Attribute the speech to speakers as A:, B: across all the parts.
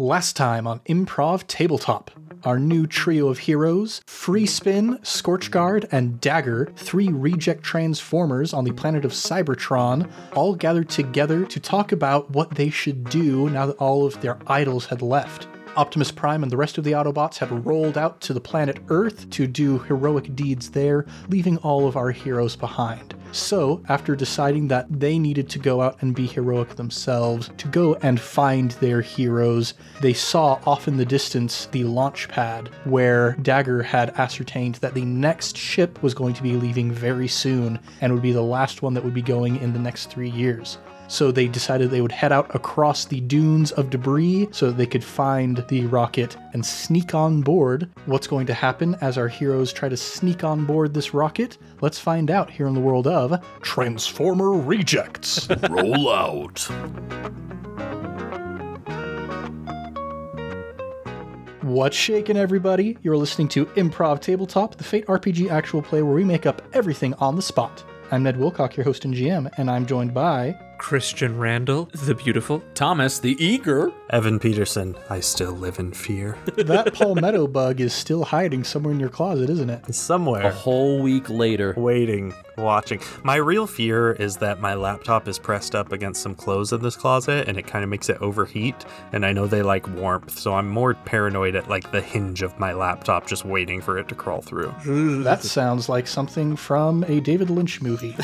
A: Last time on Improv Tabletop, our new trio of heroes, Free Spin, Scorchguard, and Dagger, three reject transformers on the planet of Cybertron, all gathered together to talk about what they should do now that all of their idols had left. Optimus Prime and the rest of the Autobots had rolled out to the planet Earth to do heroic deeds there, leaving all of our heroes behind. So, after deciding that they needed to go out and be heroic themselves, to go and find their heroes, they saw off in the distance the launch pad where Dagger had ascertained that the next ship was going to be leaving very soon and would be the last one that would be going in the next three years. So they decided they would head out across the dunes of debris so that they could find the rocket and sneak on board. What's going to happen as our heroes try to sneak on board this rocket? Let's find out here in the world of Transformer Rejects.
B: Roll out.
A: What's shaking, everybody? You're listening to Improv Tabletop, the Fate RPG actual play where we make up everything on the spot. I'm Ned Wilcock, your host and GM, and I'm joined by
C: Christian Randall, the beautiful.
B: Thomas the Eager.
D: Evan Peterson, I still live in fear.
A: that palmetto bug is still hiding somewhere in your closet, isn't it?
B: A
D: Somewhere,
B: whole week later.
D: Oh. waiting, watching. My real fear is that my laptop is pressed up against some clothes in this closet and it kind of makes it overheat. And I know they like warmth, so I'm more paranoid at like the hinge of my laptop just waiting for it to crawl through.
A: That sounds like something from a David Lynch movie.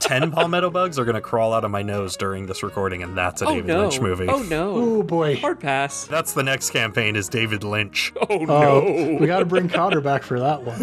D: 10 palmetto bugs are going to crawl out of my nose during this recording, and that's a David Lynch movie.
C: Oh no.
A: Oh, boy.
C: Hard pass.
D: That's the next campaign is David Lynch.
C: Oh
A: Oh, we got to bring Cotter back for that one.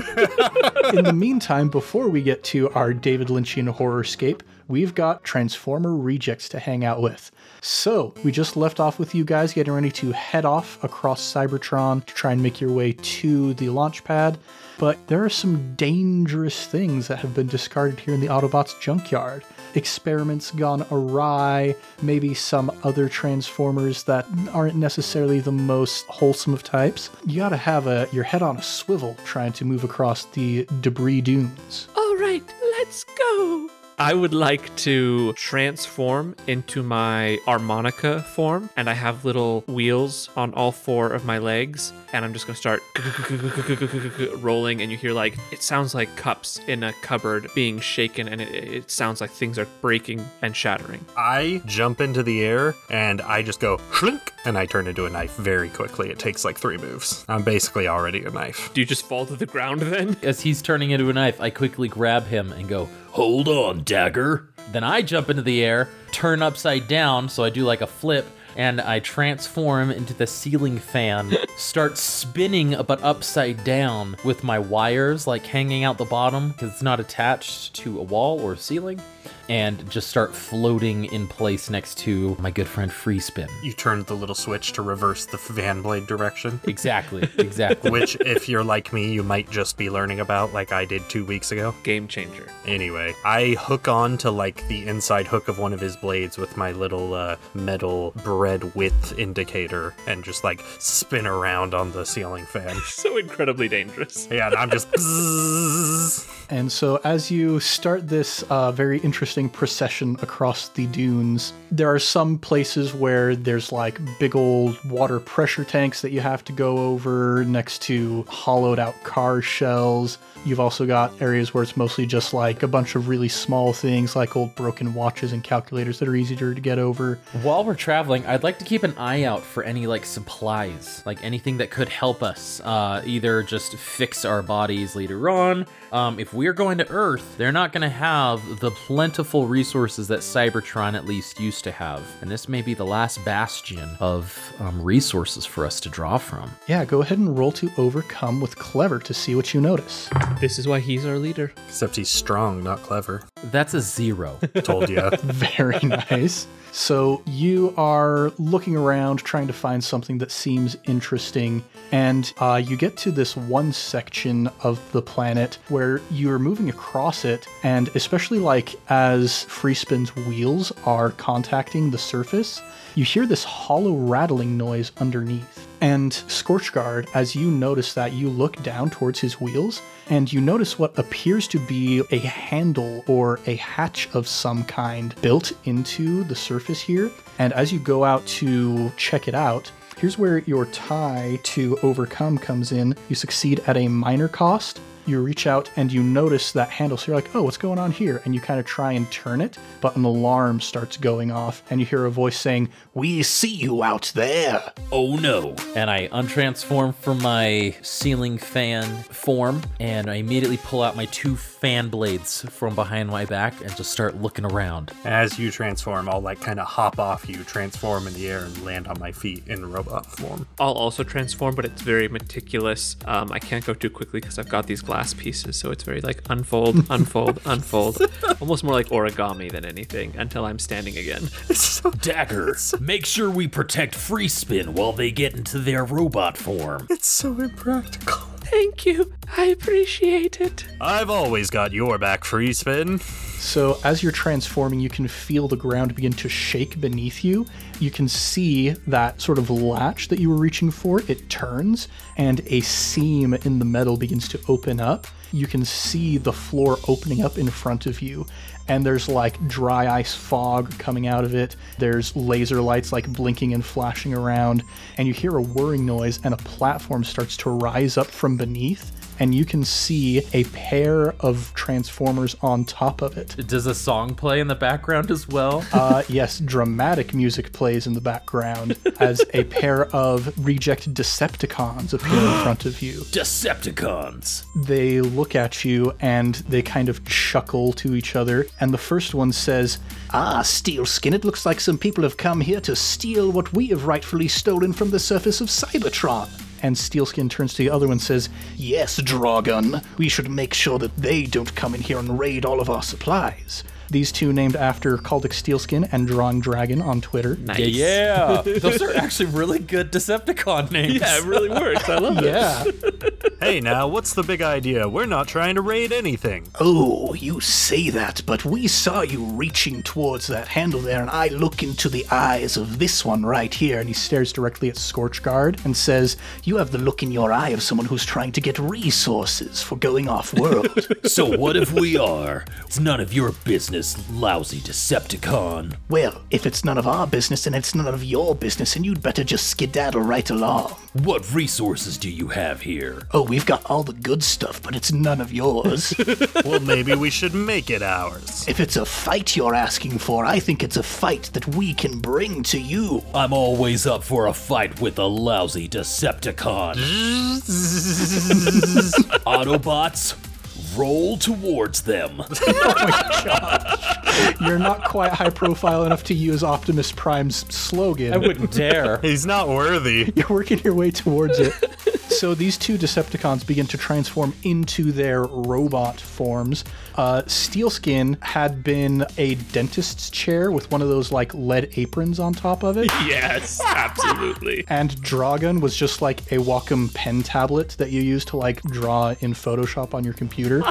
A: In the meantime, before we get to our David Lynchian horrorscape, we've got Transformer rejects to hang out with. So, we just left off with you guys getting ready to head off across Cybertron to try and make your way to the launch pad. But there are some dangerous things that have been discarded here in the Autobots junkyard. Experiments gone awry, maybe some other Transformers that aren't necessarily the most wholesome of types. You gotta have a, your head on a swivel trying to move across the debris dunes.
C: All right, let's go. I would like to transform into my harmonica form, and I have little wheels on all four of my legs, and I'm just gonna start rolling, and you hear like it sounds like cups in a cupboard being shaken, and it, it sounds like things are breaking and shattering.
D: I jump into the air and I just go shrink and I turn into a knife very quickly. It takes like three moves. I'm basically already a knife.
C: Do you just fall to the ground then?
E: As he's turning into a knife, I quickly grab him and go.
B: Hold on, Dagger.
E: Then I jump into the air, turn upside down, so I do like a flip, and I transform into the ceiling fan, start spinning but upside down with my wires like hanging out the bottom because it's not attached to a wall or ceiling, and just start floating in place next to my good friend Free Spin.
D: You turn the little switch to reverse the fan blade direction,
E: Exactly, exactly.
D: which, if you're like me, you might just be learning about like I did two weeks ago.
C: Game changer.
D: Anyway, I hook on to like the inside hook of one of his blades with my little uh, metal bread width indicator and just like spin around on the ceiling fan.
C: So incredibly dangerous.
D: Yeah, and I'm just. bzzz.
A: And so, as you start this uh, very interesting procession across the dunes, there are some places where there's like big old water pressure tanks that you have to go over next to hollowed out car shells. You've also got areas where it's mostly just like a bunch of really small things like old broken watches and calculators that are easier to get over.
E: While we're traveling, I'd like to keep an eye out for any like supplies, like anything that could help us uh, either just fix our bodies later on. Um, if we're going to Earth, they're not going to have the plentiful resources that Cybertron at least used to have, and this may be the last bastion of um, resources for us to draw from.
A: Yeah, go ahead and roll to overcome with clever to see what you notice.
C: This is why he's our leader.
D: Except he's strong, not clever.
E: That's a zero.
D: Told ya.
A: Very nice. So you are looking around, trying to find something that seems interesting, and uh, you get to this one section of the planet where you're moving across it, and especially like as Freespin's wheels are contacting the surface, you hear this hollow rattling noise underneath. And Scorchguard, as you notice that, you look down towards his wheels and you notice what appears to be a handle or a hatch of some kind built into the surface here. And as you go out to check it out, here's where your tie to overcome comes in. You succeed at a minor cost. You reach out and you notice that handle. So you're like, oh, what's going on here? And you kind of try and turn it, but an alarm starts going off, and you hear a voice saying, We see you out there.
B: Oh no.
E: and I untransform from my ceiling fan form, and I immediately pull out my two fan blades from behind my back and just start looking around.
D: As you transform, I'll like kind of hop off you, transform in the air, and land on my feet in robot form.
C: I'll also transform, but it's very meticulous. Um, I can't go too quickly because I've got these glass pieces, so it's very like unfold, unfold, unfold. Almost more like origami than anything until I'm standing again.
B: Dagger, make sure we protect Free Spin while they get into their robot form.
D: It's so impractical.
C: Thank you. I appreciate it.
D: I've always got your back, free spin.
A: So, as you're transforming, you can feel the ground begin to shake beneath you. You can see that sort of latch that you were reaching for, it turns, and a seam in the metal begins to open up. You can see the floor opening up in front of you, and there's like dry ice fog coming out of it. There's laser lights like blinking and flashing around, and you hear a whirring noise, and a platform starts to rise up from beneath. And you can see a pair of transformers on top of it.
E: Does a song play in the background as well?
A: Uh, yes, dramatic music plays in the background as a pair of reject Decepticons appear in front of you.
B: Decepticons.
A: They look at you and they kind of chuckle to each other. And the first one says, Ah, Steelskin, it looks like some people have come here to steal what we have rightfully stolen from the surface of Cybertron. And Steelskin turns to the other one and says, Yes, Dragon, we should make sure that they don't come in here and raid all of our supplies. These two named after Caldic Steelskin and Drawn Dragon on Twitter.
C: Nice.
E: yeah, those are actually really good Decepticon names.
C: Yeah, it really works. I love it.
A: Yeah.
D: hey, now, what's the big idea? We're not trying to raid anything.
A: Oh, you say that, but we saw you reaching towards that handle there, and I look into the eyes of this one right here. And he stares directly at Scorchguard and says, You have the look in your eye of someone who's trying to get resources for going off world.
B: So what if we are? It's none of your business, lousy Decepticon.
A: well, if it's none of our business, then it's none of your business, and you'd better just skedaddle right along.
B: What resources do you have here?
A: Oh, we've got all the good stuff, but it's none of yours.
D: Well, maybe we should make it ours.
A: if it's a fight you're asking for, I think it's a fight that we can bring to you.
B: I'm always up for a fight with a lousy Decepticon. Autobots, roll towards them.
A: You're not quite high profile enough to use Optimus Prime's slogan.
E: I wouldn't dare.
D: He's not worthy.
A: You're working your way towards it. so these two Decepticons begin to transform into their robot forms. Uh, Steelskin had been a dentist's chair with one of those like lead aprons on top of it.
C: Yes, absolutely.
A: And Dragon was just like a Wacom pen tablet that you use to like draw in Photoshop on your computer.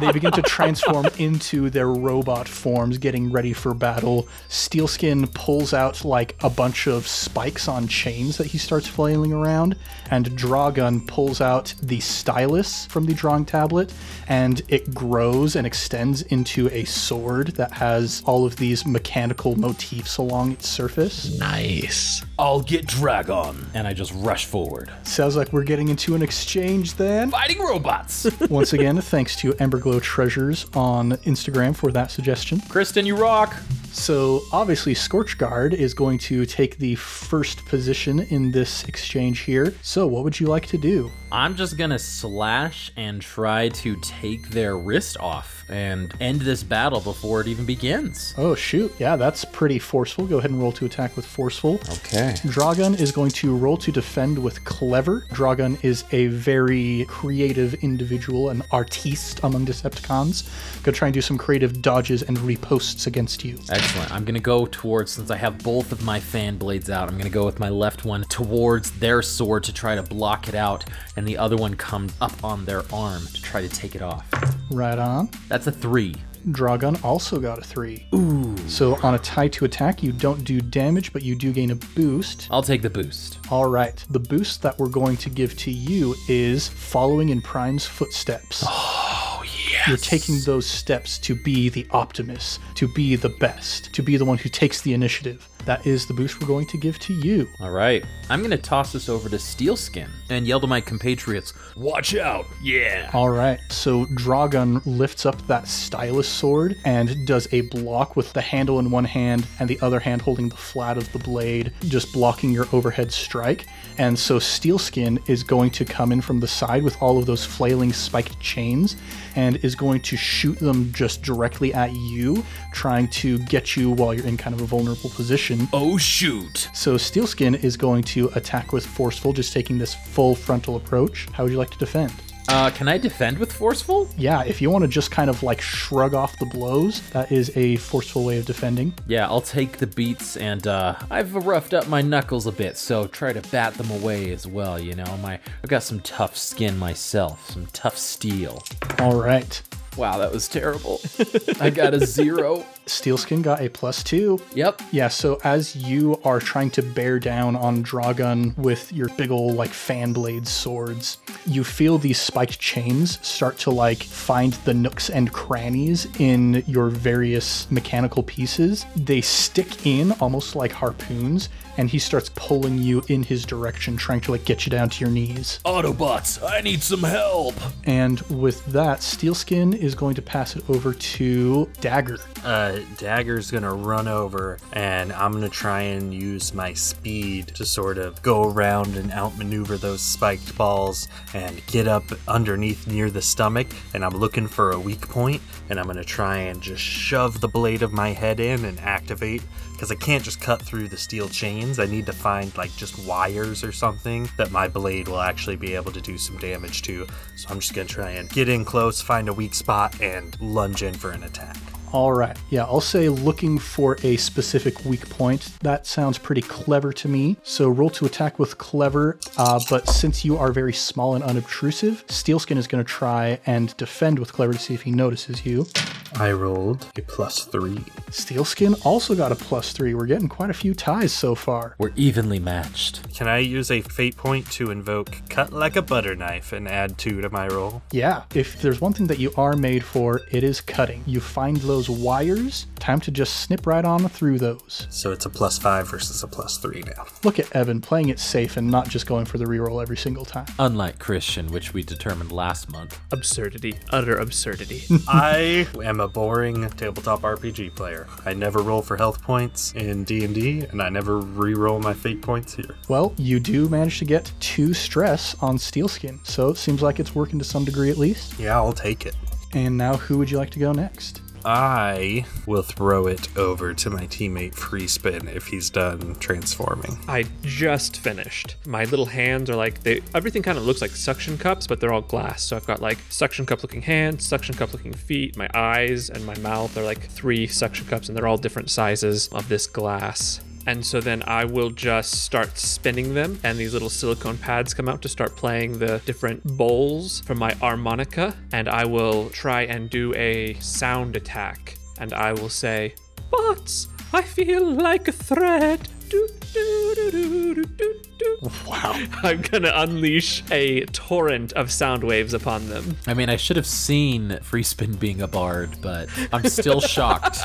A: they begin to transform into their robot forms, getting ready for battle. Steelskin pulls out like a bunch of spikes on chains that he starts flailing around, and Dragon pulls out the stylus from the drawing tablet, and it grows and extends into a sword that has all of these mechanical motifs along its surface.
C: Nice.
B: I'll get Dragon.
E: And I just rush forward.
A: Sounds like we're getting into an exchange then.
B: Fighting robots.
A: Once again, thanks to Emberglow Treasures on Instagram for that suggestion.
E: Kristen, you rock.
A: So, obviously, Scorchguard is going to take the first position in this exchange here. So, what would you like to do?
E: I'm just gonna slash and try to take their wrist off and end this battle before it even begins.
A: Oh, shoot. Yeah, that's pretty forceful. Go ahead and roll to attack with forceful.
E: Okay.
A: Dragon is going to roll to defend with clever. Dragon is a very creative individual, an artiste among Decepticons. Go try and do some creative dodges and reposts against you.
E: Excellent. I'm gonna go towards since I have both of my fan blades out. I'm gonna go with my left one towards their sword to try to block it out, and the other one comes up on their arm to try to take it off.
A: Right on.
E: That's a three.
A: Drawgun also got a three. Ooh. So on a tie to attack, you don't do damage, but you do gain a boost.
E: I'll take the boost.
A: All right. The boost that we're going to give to you is following in Prime's footsteps. Oh, yes. You're taking those steps to be the optimist, to be the best, to be the one who takes the initiative. That is the boost we're going to give to you.
E: All right. I'm going to toss this over to Steelskin and yell to my compatriots,
B: Watch out. Yeah.
A: All right. So Drawgun lifts up that stylus sword and does a block with the handle in one hand and the other hand holding the flat of the blade, just blocking your overhead strike. And so Steelskin is going to come in from the side with all of those flailing spiked chains and is going to shoot them just directly at you, trying to get you while you're in kind of a vulnerable position.
B: Oh, shoot.
A: So Steelskin is going to attack with forceful, just taking this full frontal approach. How would you like to defend?
E: Uh, can I defend with forceful?
A: Yeah, if you want to just kind of like shrug off the blows, that is a forceful way of defending.
E: Yeah, I'll take the beats and uh, I've roughed up my knuckles a bit, so try to bat them away as well. You know, my I've got some tough skin myself, some tough steel.
A: All right.
E: Wow, that was terrible. I got a zero.
A: Steelskin got a plus two.
E: Yep.
A: Yeah, so as you are trying to bear down on Dragun with your big ol' like fan blade swords, you feel these spiked chains start to like find the nooks and crannies in your various mechanical pieces. They stick in almost like harpoons, and he starts pulling you in his direction, trying to like get you down to your knees.
B: Autobots, I need some help.
A: And with that, Steelskin is going to pass it over to Dagger.
D: Uh, Dagger's gonna run over, and I'm gonna try and use my speed to sort of go around and outmaneuver those spiked balls and get up underneath near the stomach. And I'm looking for a weak point, and I'm gonna try and just shove the blade of my head in and activate because I can't just cut through the steel chains. I need to find like just wires or something that my blade will actually be able to do some damage to. So I'm just gonna try and get in close, find a weak spot, and lunge in for an attack.
A: All right. Yeah, I'll say looking for a specific weak point. That sounds pretty clever to me. So roll to attack with clever, uh, but since you are very small and unobtrusive, Steelskin is going to try and defend with clever to see if he notices you.
D: I rolled a plus three.
A: Steelskin also got a plus three. We're getting quite a few ties so far.
E: We're evenly matched.
D: Can I use a fate point to invoke cut like a butter knife and add two to my roll?
A: Yeah, if there's one thing that you are made for, it is cutting. You find those wires, time to just snip right on through those.
D: So it's a plus five versus a plus three now.
A: Look at Evan playing it safe and not just going for the reroll every single time.
E: Unlike Christian, which we determined last month.
F: Absurdity. Utter absurdity.
D: I am a boring tabletop RPG player. I never roll for health points in D&D, and I never re-roll my fate points here.
A: Well, you do manage to get two stress on Steelskin, so it seems like it's working to some degree at least.
D: Yeah, I'll take it.
A: And now, who would you like to go next?
D: I will throw it over to my teammate Free Spin if he's done transforming.
C: I just finished. My little hands are like they everything kind of looks like suction cups, but they're all glass. So I've got like suction cup looking hands, suction cup looking feet, my eyes and my mouth are like three suction cups and they're all different sizes of this glass. And so then I will just start spinning them, and these little silicone pads come out to start playing the different bowls from my harmonica. And I will try and do a sound attack. And I will say, Bots, I feel like a thread. Do, do, do, do, do, do, do.
A: Wow.
C: I'm going to unleash a torrent of sound waves upon them.
E: I mean, I should have seen Free Spin being a bard, but I'm still shocked.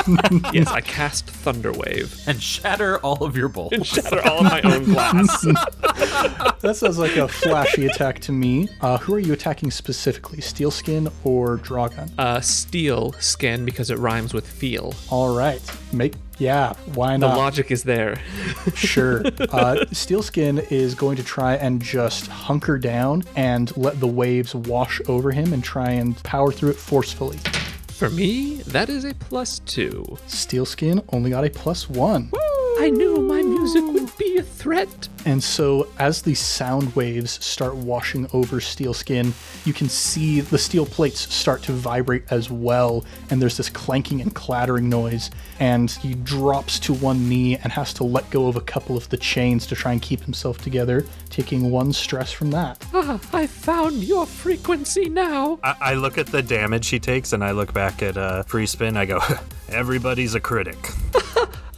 C: Yes, I cast Thunderwave
E: and shatter all of your bowls.
C: and shatter all of my own glass.
A: That sounds like a flashy attack to me. Uh, who are you attacking specifically, Steelskin or Drawgun?
C: Uh, steel skin because it rhymes with feel.
A: All right. Make. Yeah, why
C: The
A: not?
C: logic is there.
A: Sure. Uh, Steelskin is going to try and just hunker down and let the waves wash over him and try and power through it forcefully.
C: For me, that is a plus two.
A: Steelskin only got a plus one.
C: I knew my music. music would be a threat.
A: And so, as the sound waves start washing over steel skin, you can see the steel plates start to vibrate as well. And there's this clanking and clattering noise. And he drops to one knee and has to let go of a couple of the chains to try and keep himself together, taking one stress from that.
C: Ah, I found your frequency now.
D: I, I look at the damage he takes and I look back at uh, free spin. I go, everybody's a critic.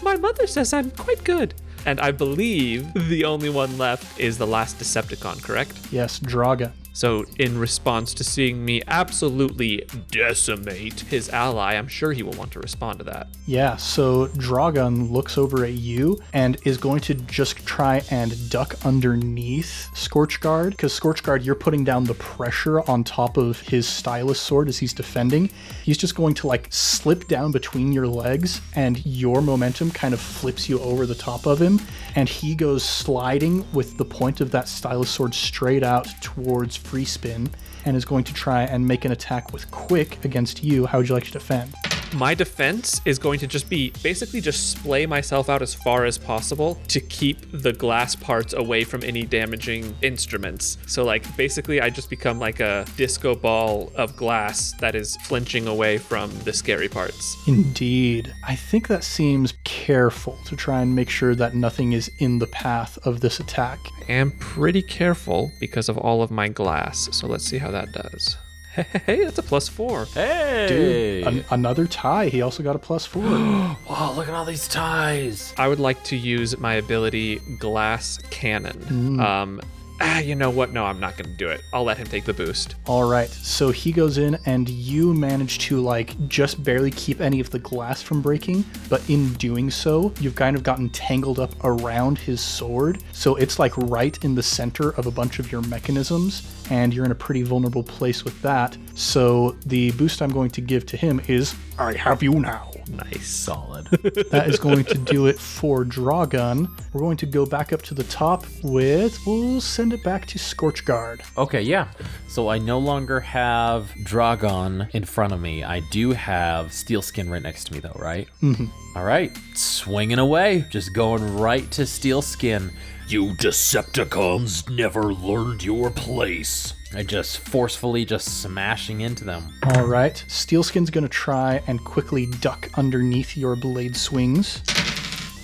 C: My mother says I'm quite good. And I believe the only one left is the last Decepticon, correct?
A: Yes, Draga.
C: So, in response to seeing me absolutely decimate his ally, I'm sure he will want to respond to that.
A: Yeah, so Dragon looks over at you and is going to just try and duck underneath Scorchguard, because Scorchguard, you're putting down the pressure on top of his stylus sword as he's defending. He's just going to like slip down between your legs, and your momentum kind of flips you over the top of him, and he goes sliding with the point of that stylus sword straight out towards free spin and is going to try and make an attack with quick against you. How would you like to defend?
C: My defense is going to just be basically just splay myself out as far as possible to keep the glass parts away from any damaging instruments. So, like, basically, I just become like a disco ball of glass that is flinching away from the scary parts.
A: Indeed. I think that seems careful to try and make sure that nothing is in the path of this attack.
C: I am pretty careful because of all of my glass. So, let's see how that does. Hey, that's a plus four.
E: Hey!
A: An- another tie. He also got a plus four.
E: wow, oh, look at all these ties.
C: I would like to use my ability Glass Cannon. Um, ah, you know what? No, I'm not going to do it. I'll let him take the boost.
A: All right. So he goes in, and you manage to, like, just barely keep any of the glass from breaking. But in doing so, you've kind of gotten tangled up around his sword. So it's, like, right in the center of a bunch of your mechanisms, and you're in a pretty vulnerable place with that. So the boost I'm going to give to him is I have you now.
C: Nice.
E: Solid.
A: That is going to do it for Drawgun. We're going to go back up to the top with. We'll send it back to Scorchguard.
E: okay, yeah. So I no longer have Dragon in front of me. I do have Steel Skin right next to me, though, right? Mm-hmm. right, swinging away. Just going right to Steel Skin.
B: You Decepticons never learned your place.
E: I just forcefully just smashing into them.
A: All right. Steelskin's going to try and quickly duck underneath your blade swings.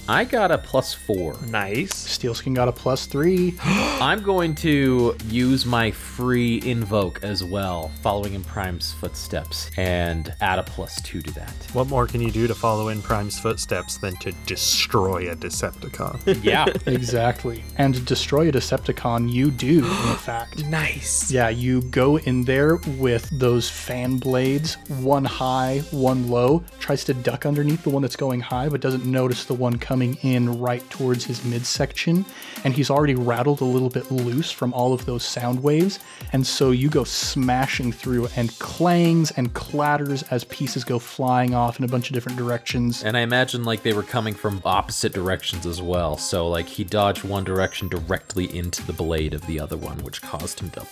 E: I got a plus four.
C: Nice.
A: Steelskin got a plus three.
E: I'm going to use my free invoke as well, following in Prime's footsteps, and add a plus two to that.
D: What more can you do to follow in Prime's footsteps than to destroy a Decepticon?
E: Yeah.
A: exactly. And destroy a Decepticon, you do, in fact.
C: Nice.
A: Yeah, you go in there with those fan blades, one high, one low, tries to duck underneath the one that's going high, but doesn't notice the one coming in right towards his midsection. And he's already rattled a little bit loose from all of those sound waves. And so you go smashing through and clangs and clatters as pieces go flying off in a bunch of different directions.
E: and I imagine like they were coming from opposite directions as well. So like he dodged one direction directly into the blade of the other one, which caused him to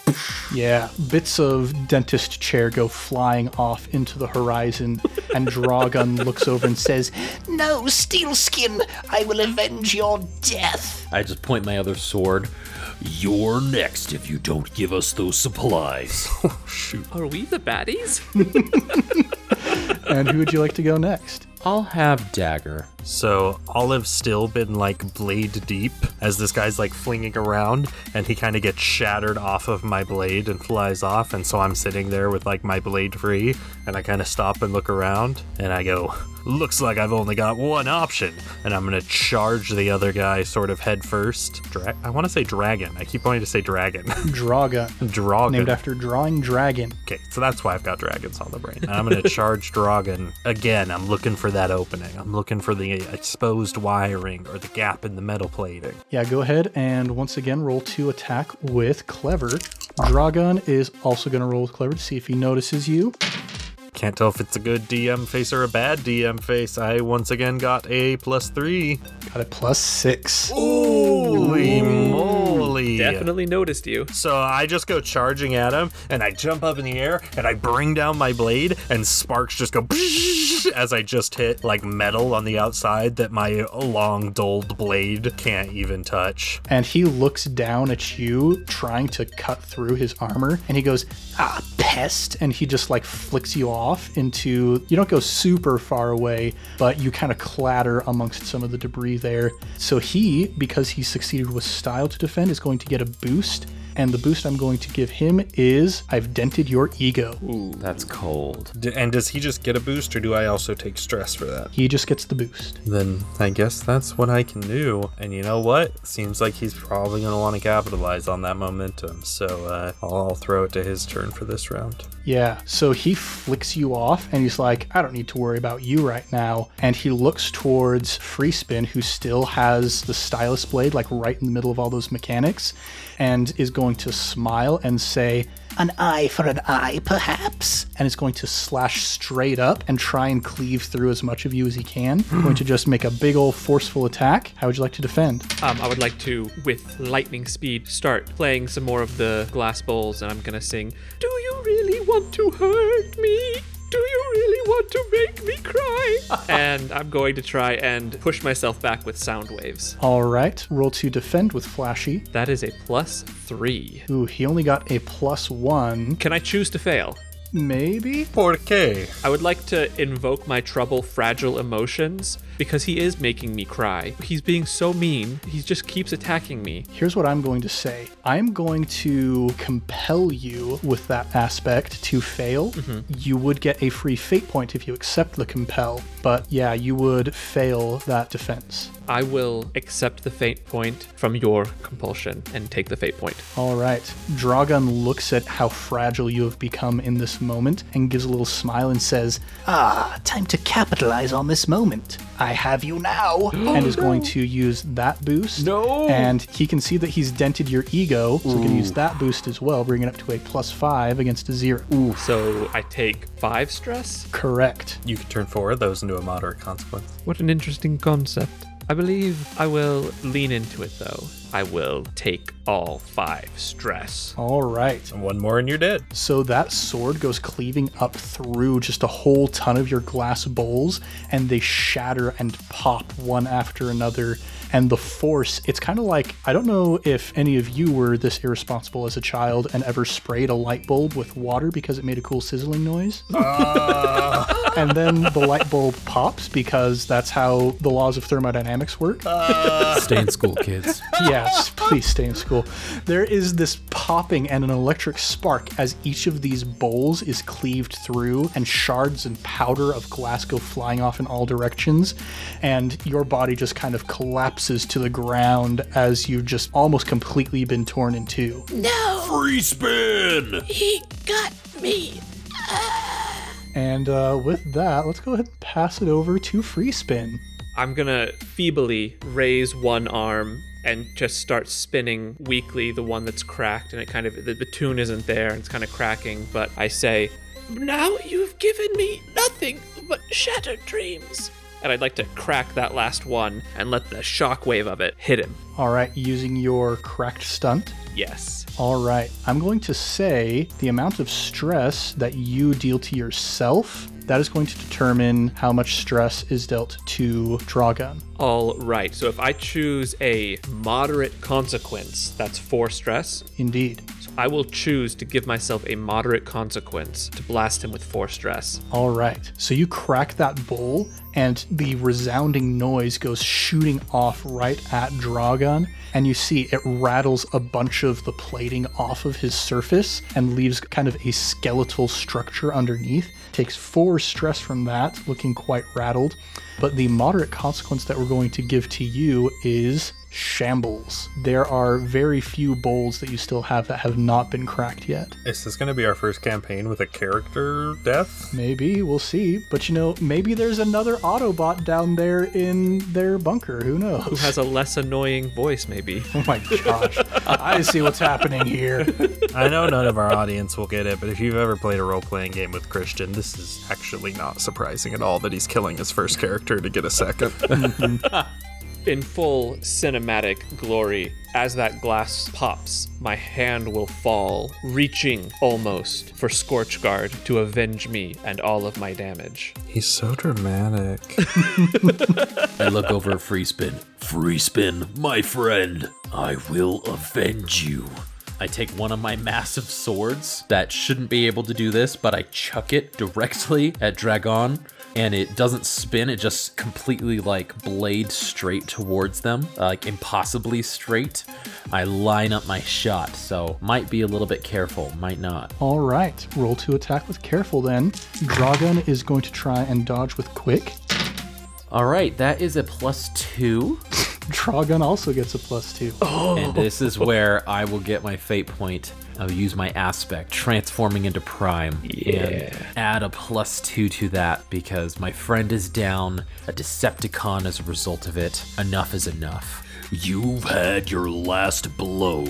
A: Yeah, bits of dentist chair go flying off into the horizon, and Dragon looks over and says,
G: No, Steelskin, I will avenge your death.
E: I just point my other sword.
B: You're next if you don't give us those supplies.
C: Are we the baddies?
A: "And who would you like to go next?"
E: I'll have dagger.
D: so Olive's still been like blade deep as this guy's like flinging around and he kind of gets shattered off of my blade and flies off. And so I'm sitting there with like my blade free and I kind of stop and look around and I go, looks like I've only got one option. And I'm going to charge the other guy sort of head first. Dra- I want to say dragon. I keep wanting to say dragon.
A: Draga,
D: Dragon.
A: named after drawing dragon.
D: Okay, so that's why I've got dragons on the brain. And I'm going to charge Dragon. Again, I'm looking for that opening. I'm looking for the exposed wiring or the gap in the metal plating.
A: Yeah, go ahead and once again roll to attack with clever. Dragon is also going to roll with clever to see if he notices you.
D: Can't tell if it's a good DM face or a bad DM face. I once again got a plus three.
A: Got a plus six.
D: Holy moly. you.
C: definitely noticed you.
D: So I just go charging at him and I jump up in the air and I bring down my blade and sparks just go as I just hit like metal on the outside that my long dulled blade can't even touch.
A: And he looks down at you, trying to cut through his armor, and he goes, Ah, pest! And he just like flicks you off into, you don't go super far away, but you kind of clatter amongst some of the debris there. So he, because he succeeded with style to defend, is going to get a boost. And the boost I'm going to give him is I've dented your ego.
E: That's cold.
D: D- and does he just get a boost or do I also take stress for that?
A: He just gets the boost.
D: Then I guess that's what I can do. And you know what? Seems like he's probably going to want to capitalize on that momentum. So uh, I'll throw it to his turn for this round.
A: Yeah. So he flicks you off and he's like, I don't need to worry about you right now. And he looks towards Freespin, who still has the stylus blade, like right in the middle of all those mechanics, and is going to smile and say,
G: An eye for an eye, perhaps?
A: and is going to slash straight up and try and cleave through as much of you as he can. going to just make a big old forceful attack. How would you like to defend?
C: Um, I would like to, with lightning speed, start playing some more of the glass bowls, and I'm gonna sing. Do you really want to hurt me? Do you really want to make me cry? and I'm going to try and push myself back with sound waves.
A: All right. Roll to defend with Flashy.
C: That is a plus three.
A: Ooh, he only got a plus one.
C: Can I choose to fail?
A: Maybe?
D: Por qué?
C: I would like to invoke my trouble, fragile emotions, because he is making me cry. He's being so mean. He just keeps attacking me.
A: Here's what I'm going to say I'm going to compel you with that aspect to fail. You would get a free fate point if you accept the compel, but yeah, you would fail that defense.
C: I will accept the fate point from your compulsion and take the fate point.
A: All right. Dragon looks at how fragile you have become in this moment and gives a little smile and says,
G: Ah, time to capitalize on this moment.
A: I have you now, and is going to use that boost. No. And he can see that he's dented your ego, so he can use that boost as well, bringing it up to a plus five against a zero.
C: So I take five stress?
A: Correct.
D: You can turn four of those into a moderate consequence.
C: What an interesting concept. I believe I will lean into it though. I will take all five stress.
A: All right.
D: One more and you're dead.
A: So that sword goes cleaving up through just a whole ton of your glass bowls, and they shatter and pop one after another. And the force, it's kind of like I don't know if any of you were this irresponsible as a child and ever sprayed a light bulb with water because it made a cool sizzling noise. and then the light bulb pops because that's how the laws of thermodynamics work
H: Stay in school, kids.
A: yes, please stay in school. There is this popping and an electric spark as each of these bowls is cleaved through, and shards and powder of glass go flying off in all directions. And your body just kind of collapses to the ground as you've just almost completely been torn in two.
G: No,
B: Free spin!
G: he got me.
A: And uh, with that, let's go ahead and pass it over to Free Spin.
C: I'm gonna feebly raise one arm and just start spinning weakly the one that's cracked, and it kind of the, the tune isn't there, and it's kind of cracking. But I say, "Now you've given me nothing but shattered dreams," and I'd like to crack that last one and let the shockwave of it hit him.
A: All right, using your cracked stunt.
C: Yes.
A: All right. I'm going to say the amount of stress that you deal to yourself. That is going to determine how much stress is dealt to Dragon.
C: All right. So if I choose a moderate consequence, that's four stress.
A: Indeed.
C: So I will choose to give myself a moderate consequence to blast him with four stress.
A: All right. So you crack that bowl, and the resounding noise goes shooting off right at Dragon. And you see it rattles a bunch of the plating off of his surface and leaves kind of a skeletal structure underneath. Takes four stress from that, looking quite rattled. But the moderate consequence that we're going to give to you is shambles. There are very few bowls that you still have that have not been cracked yet.
D: Is this going to be our first campaign with a character death?
A: Maybe, we'll see. But you know, maybe there's another Autobot down there in their bunker. Who knows?
C: who has a less annoying voice, maybe.
A: oh my gosh. I see what's happening here.
D: I know none of our audience will get it, but if you've ever played a role playing game with Christian, this is actually not surprising at all that he's killing his first character to get a second.
C: in full cinematic glory. As that glass pops, my hand will fall, reaching almost for Scorch Guard to avenge me and all of my damage.
D: He's so dramatic.
H: I look over at Free Spin.
B: Free spin, my friend. I will avenge you.
E: I take one of my massive swords that shouldn't be able to do this, but I chuck it directly at Dragon, and it doesn't spin. It just completely like blade straight towards them, like impossibly straight. I line up my shot, so might be a little bit careful, might not.
A: All right, roll to attack with careful then. Dragon is going to try and dodge with quick.
E: All right, that is a plus two.
A: Dragon also gets a plus two.
C: Oh.
E: And this is where I will get my fate point. I'll use my aspect, transforming into Prime, and add a plus two to that because my friend is down, a Decepticon as a result of it. Enough is enough.
B: You've had your last blow,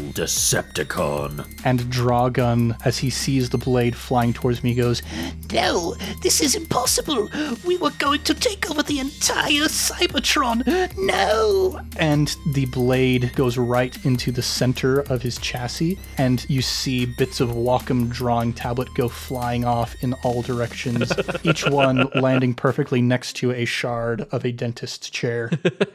B: Decepticon.
A: And Dragon, as he sees the blade flying towards me, goes,
G: No, this is impossible. We were going to take over the entire Cybertron. No.
A: and the blade goes right into the center of his chassis, and you see bits of Wacom drawing tablet go flying off in all directions, each one landing perfectly next to a shard of a dentist's chair.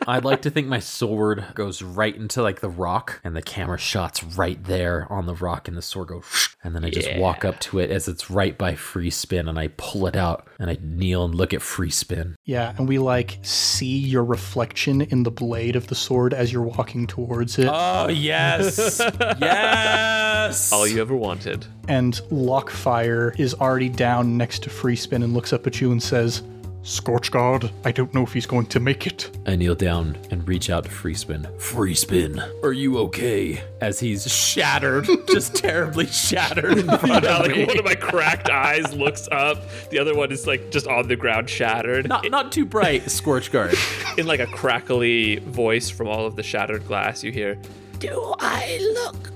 E: I'd like to think my sword goes right into like the rock, and the camera shot's right there on the rock, and the sword goes, and then I just walk up to it as it's right by free spin, and I pull it out, and I kneel and look at free spin.
A: Yeah, and we like see your reflection in the blade of the sword as you're walking towards it,
F: Oh, yes. yes.
C: All you ever wanted.
A: and Lockfire is already down next to Freespin and looks up at you and says, Scorch Guard, I don't know if he's going to make it.
E: I kneel down and reach out to free spin
B: Free spin, are you okay?
E: as he's
F: shattered, just terribly shattered in front
C: Yeah,
F: of
C: like
F: me.
C: one of my cracked eyes looks up. The other one is like just on the ground, shattered.
E: not not too bright scorch guard.
C: In like a crackly voice from all of the shattered glass, you hear,
G: Do I look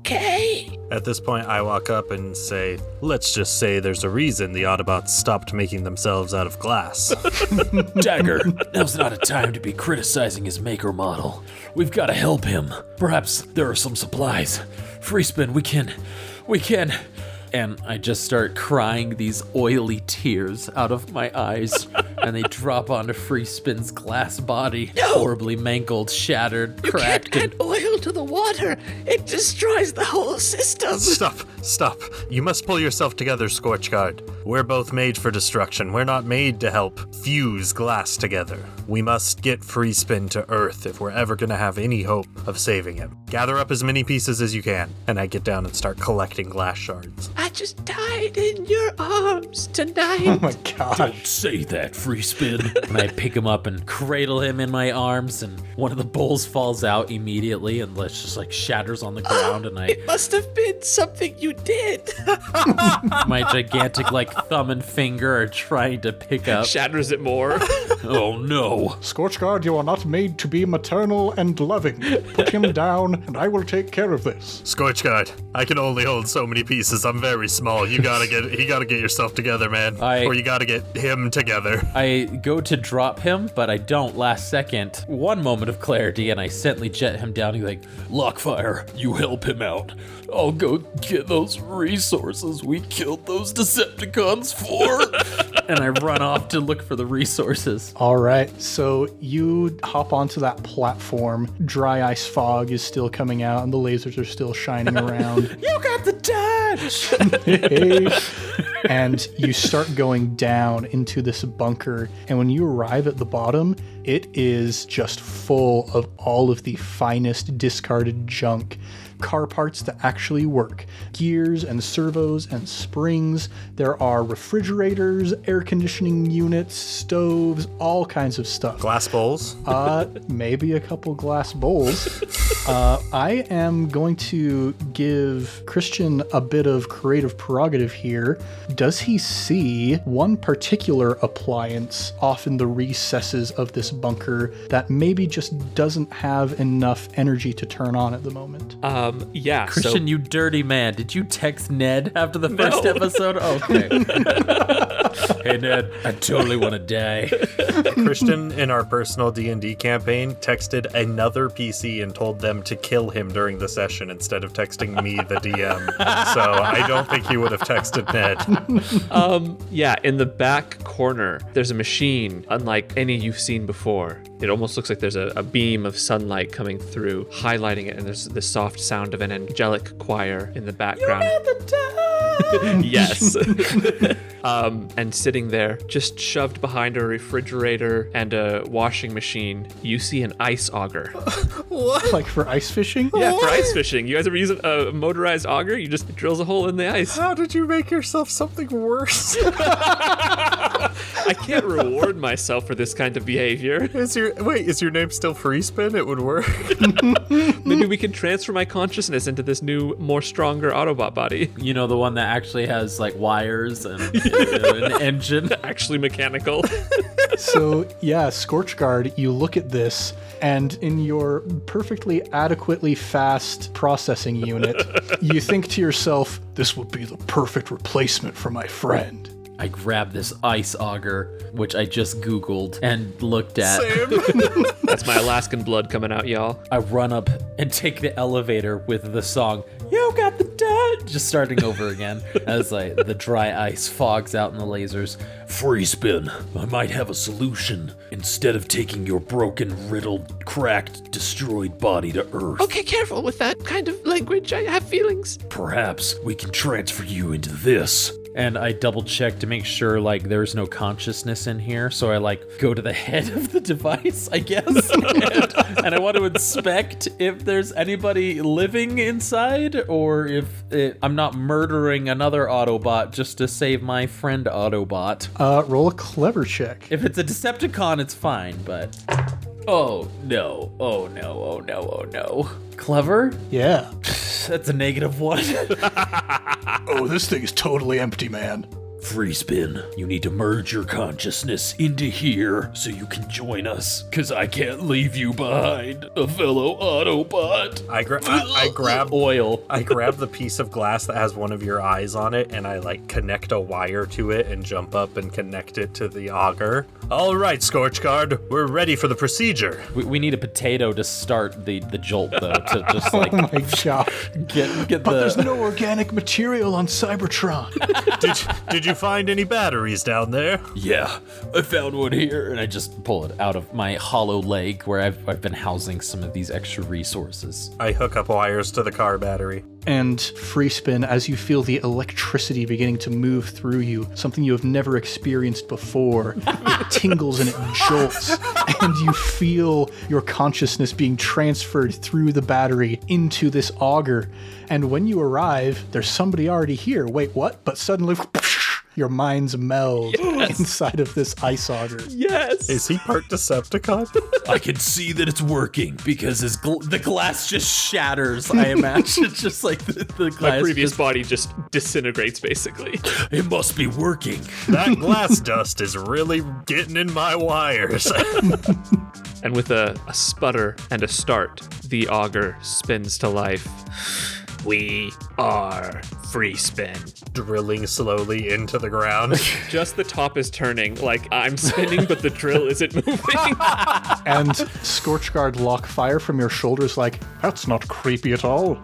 G: okay?
D: At this point, I walk up and say, Let's just say there's a reason the Autobots stopped making themselves out of glass.
B: Dagger, now's not a time to be criticizing his maker model. We've got to help him. Perhaps there are some supplies. Free spin, we can. We can.
E: And I just start crying these oily tears out of my eyes, and they drop onto Free Spin's glass body, horribly mangled, shattered, cracked.
G: Add oil to the water. It destroys the whole system.
D: stop, stop. You must pull yourself together, Scorch Guard. We're both made for destruction. We're not made to help fuse glass together. We must get free spin to Earth if we're ever going to have any hope of saving him. Gather up as many pieces as you can, and I get down and start collecting glass shards.
G: I just died in your arms tonight.
A: Oh my god.
B: Say that, free spin.
E: and I pick him up and cradle him in my arms, and one of the bowls falls out immediately, and let's just like shatters on the ground, and I
G: Must have been something you did.
E: my gigantic like thumb and finger are trying to pick up.
C: shatters it more.
B: oh no.
A: Scorch Guard, you are not made to be maternal and loving. Put him down, and I will take care of this.
D: Scorch Guard, I can only hold so many pieces. I'm very small. You gotta get, you gotta get yourself together, man,
E: I-
D: or you gotta get him together.
E: I go to drop him, but I don't. Last second, one moment of clarity, and I gently jet him down. He's like,
B: Lockfire, you help him out. I'll go get those resources we killed those Decepticons for.
E: and I run off to look for the resources.
A: All right, so you hop onto that platform. Dry ice fog is still coming out, and the lasers are still shining around.
E: You got the dodge.
A: and you start going down into this bunker. And when you arrive at the bottom, it is just full of all of the finest discarded junk. Car parts that actually work, gears and servos and springs. There are refrigerators, air conditioning units, stoves, all kinds of stuff.
D: Glass bowls.
A: Uh, maybe a couple glass bowls. Uh, I am going to give Christian a bit of creative prerogative here. Does he see one particular appliance off in the recesses of this bunker that maybe just doesn't have enough energy to turn on at the moment.
C: Um, yeah. so-
E: Christian, you dirty man. Did you text Ned after the first episode? Oh, Okay.
H: Hey, Ned, I totally want to die.
D: Christian in our personal D&D campaign texted another PC and told them to kill him during the session instead of texting me the DM. So I don't think he would have texted Ned.
C: um, yeah, in the back corner, there's a machine unlike any you've seen before. It almost looks like there's a, a beam of sunlight coming through, highlighting it, and there's the soft sound of an angelic choir in the background. yes. um, and sitting there, just shoved behind a refrigerator and a washing machine, you see an ice auger.
A: Like for ice fishing?
C: Yeah, for ice fishing. You guys ever use a a motorized auger? You just it drills a hole in the ice.
D: How did you make yourself something worse?
C: I can't reward myself for this kind of behavior.
D: Is your wait, is your name still free spin? It would work.
C: Maybe we can transfer my consciousness into this new, more stronger Autobot body.
E: you know, the one that actually has like wires and, and an engine.
C: Actually mechanical.
A: so yeah, Scorch Guard, you look at this, and in your perfectly adequately fast processing unit, you think to yourself, this would be the perfect replacement for my friend.
E: I grabbed this ice auger, which I just Googled and looked at.
C: That's my Alaskan blood coming out, y'all.
E: I run up and take the elevator with the song "You Got the Dud," just starting over again as like the dry ice fogs out in the lasers.
H: Free spin. I might have a solution. Instead of taking your broken, riddled, cracked, destroyed body to Earth,
G: Okay, careful with that kind of language. I
C: Uh,
G: have feelings.
H: perhaps we can transfer you into this.
E: And I double check to make sure like there's no consciousness in here. So I like go to the head of the device, I guess, and, and I want to inspect if there's anybody living inside or if it, I'm not murdering another Autobot just to save my friend Autobot.
A: Uh, roll a clever check.
E: If it's a Decepticon, it's fine, but. Oh no, oh no, oh no, oh no. Clever?
A: Yeah.
E: That's a negative one.
A: Oh, this thing is totally empty, man.
H: Free spin. You need to merge your consciousness into here so you can join us. Cause I can't leave you behind, a fellow Autobot.
D: I, gra- I, I grab
E: Oil.
D: I grab the piece of glass that has one of your eyes on it and I like connect a wire to it and jump up and connect it to the auger. All right, Scorch Guard, we're ready for the procedure.
E: We, we need a potato to start the, the jolt, though, to just like
A: Oh My God.
E: get, get
A: But there's
E: the.
A: no organic material on Cybertron.
D: Did, did you find any batteries down there?
H: Yeah, I found one here and I just.
E: Pull it out of my hollow leg where I've, I've been housing some of these extra resources.
D: I hook up wires to the car battery.
A: and free spin as you feel the electricity beginning to move through you, something you have never experienced before. it tingles and it jolts, and you feel your consciousness being transferred through the battery into this auger. And when you arrive, there's somebody already here. Wait, what? But suddenly. Your minds meld inside of this ice auger.
C: Yes.
D: Is he part Decepticon?
H: I can see that it's working because his gl-
E: The glass just shatters, I imagine. it's just like the, the glass.
C: My previous body just disintegrates, basically.
H: it must be working.
D: that glass dust is really getting in my wires.
C: And with a, a sputter and a start, the auger spins to life. We are free spin.
D: Drilling slowly into the ground.
C: Just the top is turning. Like I'm spinning, but the drill isn't moving.
A: And Scorchguard lock fire from your shoulders, like, that's not creepy at all.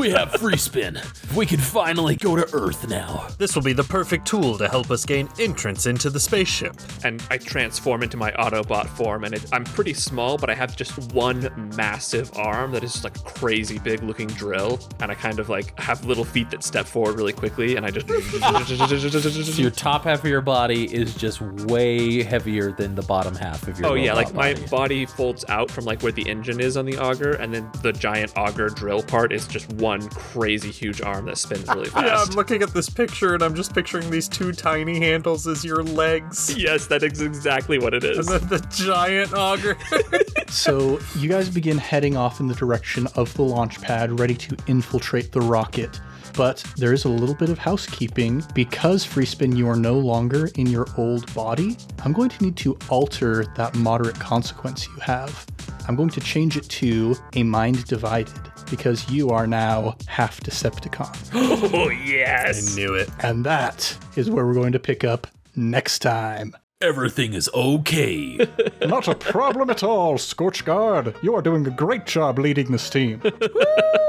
H: We have free spin. We can finally go to Earth now.
D: This will be the perfect tool to help us gain entrance into the spaceship.
C: and I transform into my Autobot form, and it, I'm pretty small, but I have just one massive arm that is just like a crazy big looking drill, and I kind of like have little feet that step forward really quickly, and I just
E: So your top half of your body is just way heavier than the bottom half of your.
C: oh yeah,
E: robot
C: like my
E: body.
C: body folds out from like where the engine is on the auger, and then the giant auger drill part is just one crazy huge arm that spins really
D: Yeah, I'm
C: fast.
D: looking at this picture and I'm just picturing these two tiny handles as your legs.
C: Yes, that is exactly what it
D: And
C: is.
D: then the giant auger.
A: So you guys begin heading off in the direction of the launch pad, ready to infiltrate the rocket. But there is a little bit of housekeeping. Because Freespin, you are no longer in your old body, I'm going to need to alter that moderate consequence you have. I'm going to change it to a mind divided because you are now half Decepticon.
F: Oh, yes.
D: I knew it.
A: And that is where we're going to pick up next time.
H: Everything is okay.
A: Not a problem at all, Scorchguard. You are doing a great job leading this team.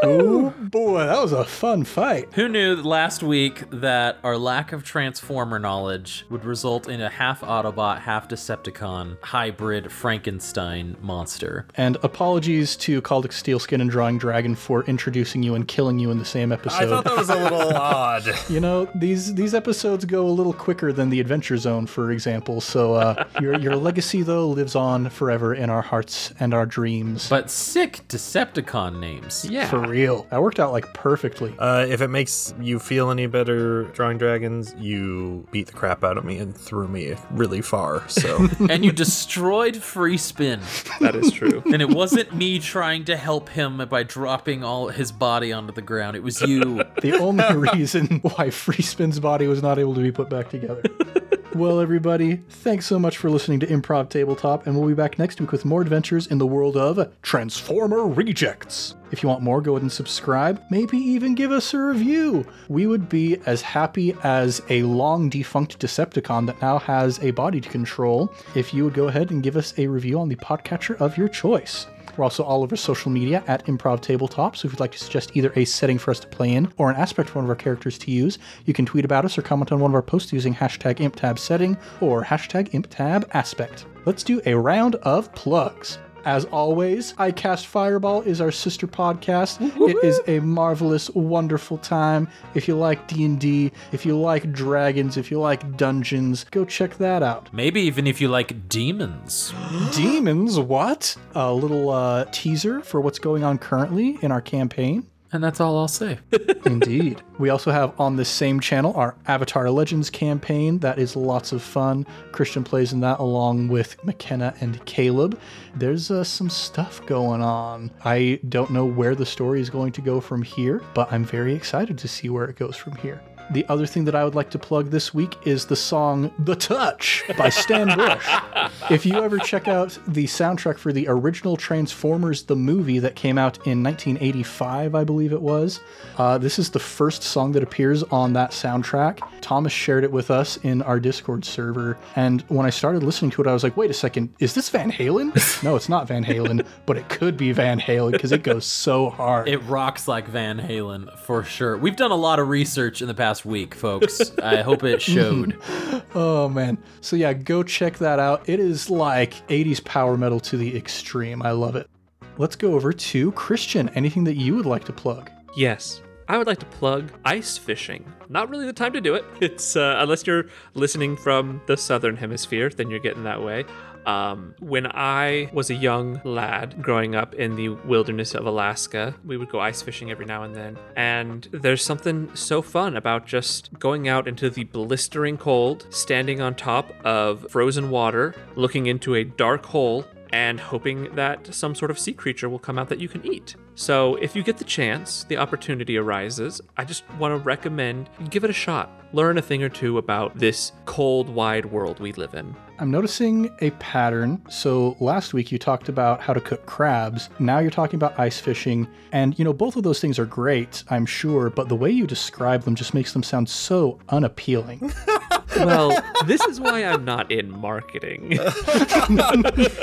A: oh boy, that was a fun fight.
E: Who knew that last week that our lack of Transformer knowledge would result in a half Autobot, half Decepticon hybrid Frankenstein monster?
A: And apologies to Caldic Steelskin and Drawing Dragon for introducing you and killing you in the same
D: I thought
A: episode.
D: that was a little odd.
A: You know, these these episodes go a little quicker than the Adventure Zone, for example. So uh, your your legacy though lives on forever in our hearts and our dreams.
E: But sick Decepticon names.
C: Yeah.
A: for real, that worked out like perfectly.
D: Uh, if it makes you feel any better, drawing dragons, you beat the crap out of me and threw me really far. So
E: and you destroyed Free Spin.
C: That is true.
E: And it wasn't me trying to help him by dropping all his body onto the ground. It was you.
A: the only reason why Freespin's body was not able to be put back together. well, everybody, thanks so much for listening to Improv Tabletop, and we'll be back next week with more adventures in the world of Transformer Rejects. If you want more, go ahead and subscribe. Maybe even give us a review. We would be as happy as a long defunct Decepticon that now has a body to control if you would go ahead and give us a review on the podcatcher of your choice. We're also all over social media at Improv Tabletop, so if you'd like to suggest either a setting for us to play in or an aspect for one of our characters to use, you can tweet about us or comment on one of our posts using hashtag ImpTabSetting or hashtag ImpTabAspect. Let's do a round of plugs. As always, I Cast Fireball is our sister podcast. It is a marvelous, wonderful time. If you like D&D, if you like dragons, if you like dungeons, go check that out.
E: Maybe even if you like demons.
A: Demons, what? A little uh, teaser for what's going on currently in our campaign.
E: And that's all I'll say.
A: Indeed. We also have on this same channel our Avatar Legends campaign. That is lots of fun. Christian plays in that along with McKenna and Caleb. There's uh, some stuff going on. I don't know where the story is going to go from here, but I'm very excited to see where it goes from here. The other thing that I would like to plug this week is the song The Touch by Stan Bush. if you ever check out the soundtrack for the original Transformers, the movie that came out in 1985, I believe it was, uh, this is the first song that appears on that soundtrack. Thomas shared it with us in our Discord server. And when I started listening to it, I was like, wait a second, is this Van Halen? no, it's not Van Halen, but it could be Van Halen because it goes so hard.
E: It rocks like Van Halen for sure. We've done a lot of research in the past week, folks. I hope it showed.
A: Oh man. So yeah, go check that out. It is like 80s power metal to the extreme. I love it. Let's go over to Christian. Anything that you would like to plug?
C: Yes. I would like to plug ice fishing. Not really the time to do it. It's uh, unless you're listening from the southern hemisphere, then you're getting that way. Um, when I was a young lad growing up in the wilderness of Alaska, we would go ice fishing every now and then. And there's something so fun about just going out into the blistering cold, standing on top of frozen water, looking into a dark hole, and hoping that some sort of sea creature will come out that you can eat. So, if you get the chance, the opportunity arises, I just want to recommend give it a shot. Learn a thing or two about this cold, wide world we live in.
A: I'm noticing a pattern. So last week you talked about how to cook crabs. Now you're talking about ice fishing. And, you know, both of those things are great, I'm sure, but the way you describe them just makes them sound so unappealing.
C: Well, this is why I'm not in marketing.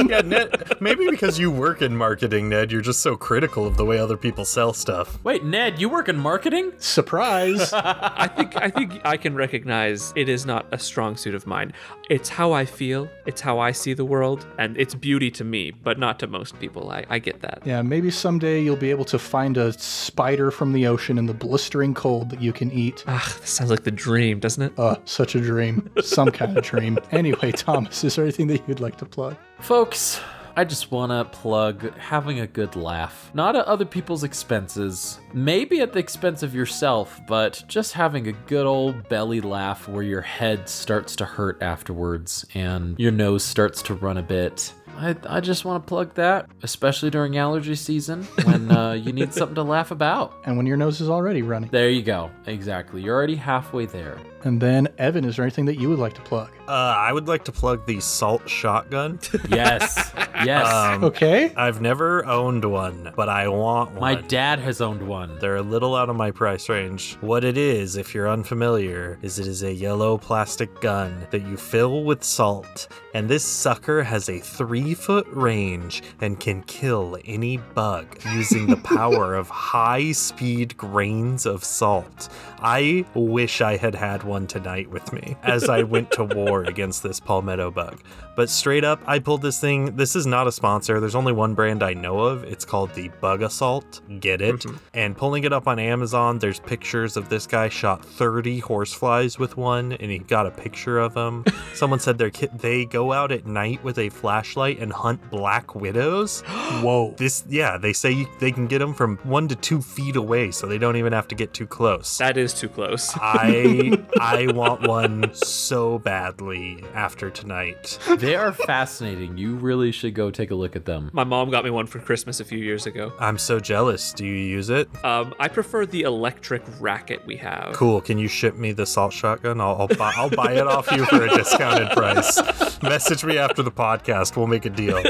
D: yeah, Ned, maybe because you work in marketing, Ned, you're just so critical of the way other people sell stuff.
E: Wait, Ned, you work in marketing?
A: Surprise!
C: I think I think I can recognize it is not a strong suit of mine. It's how I feel, it's how I see the world, and it's beauty to me, but not to most people. I, I get that.
A: yeah, maybe someday you'll be able to find a spider from the ocean in the blistering cold that you can eat.
C: Ah, this sounds like the dream, doesn't it?
A: Uh, such a dream. Some kind of dream. Anyway, Thomas, is there anything that you'd like to plug?
E: Folks, I just want to plug having a good laugh. Not at other people's expenses, maybe at the expense of yourself, but just having a good old belly laugh where your head starts to hurt afterwards and your nose starts to run a bit. I, I just want to plug that, especially during allergy season when uh, you need something to laugh about.
A: And when your nose is already running.
E: There you go. Exactly. You're already halfway there.
A: And then, Evan, is there anything that you would like to plug?
D: Uh, I would like to plug the salt shotgun.
E: Yes. Yes.
D: Um,
A: Okay.
D: I've never owned one, but I want one.
E: My dad has owned one.
D: They're a little out of my price range. What it is, if you're unfamiliar, is it is a yellow plastic gun that you fill with salt, and this sucker has a three foot range and can kill any bug using the power of high speed grains of salt. I wish I had had one tonight with me as I went to war against this palmetto bug. But straight up, I pulled this thing. This is not a sponsor. There's only one brand I know of. It's called the Bug Assault. Get it? And pulling it up on Amazon, there's pictures of this guy shot 30 horseflies with one, and he got a picture of them. Someone said their kid they go out at night with a flashlight and hunt black widows.
A: Whoa.
D: This, yeah, they say you, they can get them from one to two feet away, so they don't even have to get too close.
C: That is too close.
D: I I want one so badly after tonight.
E: They are fascinating. You really should go take a look at them.
C: My mom got me one for Christmas a few years ago.
D: I'm so jealous. Do you use it?
C: Um, I prefer the electric racket we have.
D: Cool. Can you ship me the salt shotgun? I'll I'll buy, I'll buy it off you for a discounted price. Message me after the podcast. We'll make a deal.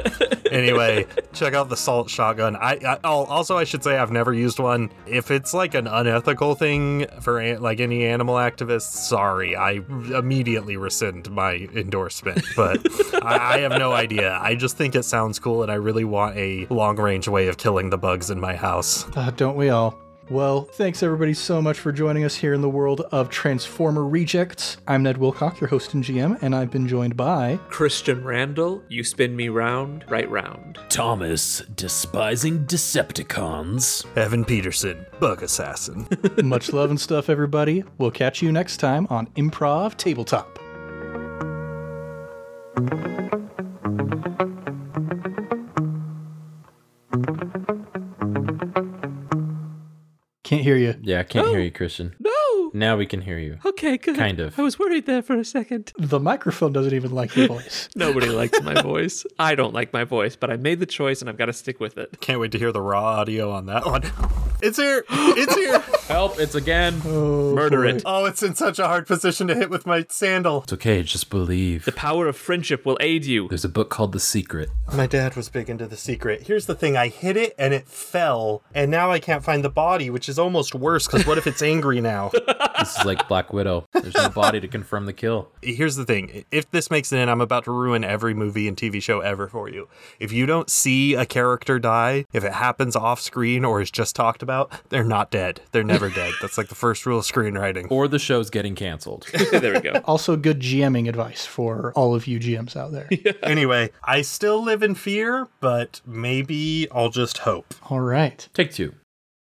D: Anyway, check out the salt shotgun. I, I oh, also I should say I've never used one. If it's like an unethical thing for an, like any animal activists, sorry, I immediately rescind my endorsement. But I, I have no idea. I just think it sounds cool, and I really want a long range way of killing the bugs in my house.
A: Ah, don't we all? Well, thanks everybody so much for joining us here in the world of Transformer Rejects. I'm Ned Wilcock, your host and GM, and I've been joined by
C: Christian Randall, you spin me round, right round.
H: Thomas despising Decepticons.
D: Evan Peterson, bug assassin.
A: much love and stuff, everybody. We'll catch you next time on Improv Tabletop. Can't hear you.
E: Yeah, I can't hear you, Christian.
C: No!
E: Now we can hear you.
C: Okay, good.
E: Kind of.
C: I was worried there for a second.
A: The microphone doesn't even like your voice.
C: Nobody likes my voice. I don't like my voice, but I made the choice and I've got to stick with it.
D: Can't wait to hear the raw audio on that one. It's here! It's here!
E: Help, it's again.
C: Murder it.
D: Oh, it's in such a hard position to hit with my sandal.
E: It's okay, just believe.
C: The power of friendship will aid you.
E: There's a book called The Secret.
D: My dad was big into the secret. Here's the thing I hit it and it fell, and now I can't find the body, which is almost worse because what if it's angry now?
E: This is like Black Widow. There's no body to confirm the kill.
D: Here's the thing if this makes it in, I'm about to ruin every movie and TV show ever for you. If you don't see a character die, if it happens off screen or is just talked about, they're not dead. They're never dead. That's like the first rule of screenwriting.
E: Or the show's getting canceled.
C: there we go.
A: Also, good GMing advice for all of you GMs out there.
D: Anyway, I still live in fear, but maybe I'll just hope.
A: All right.
E: Take two.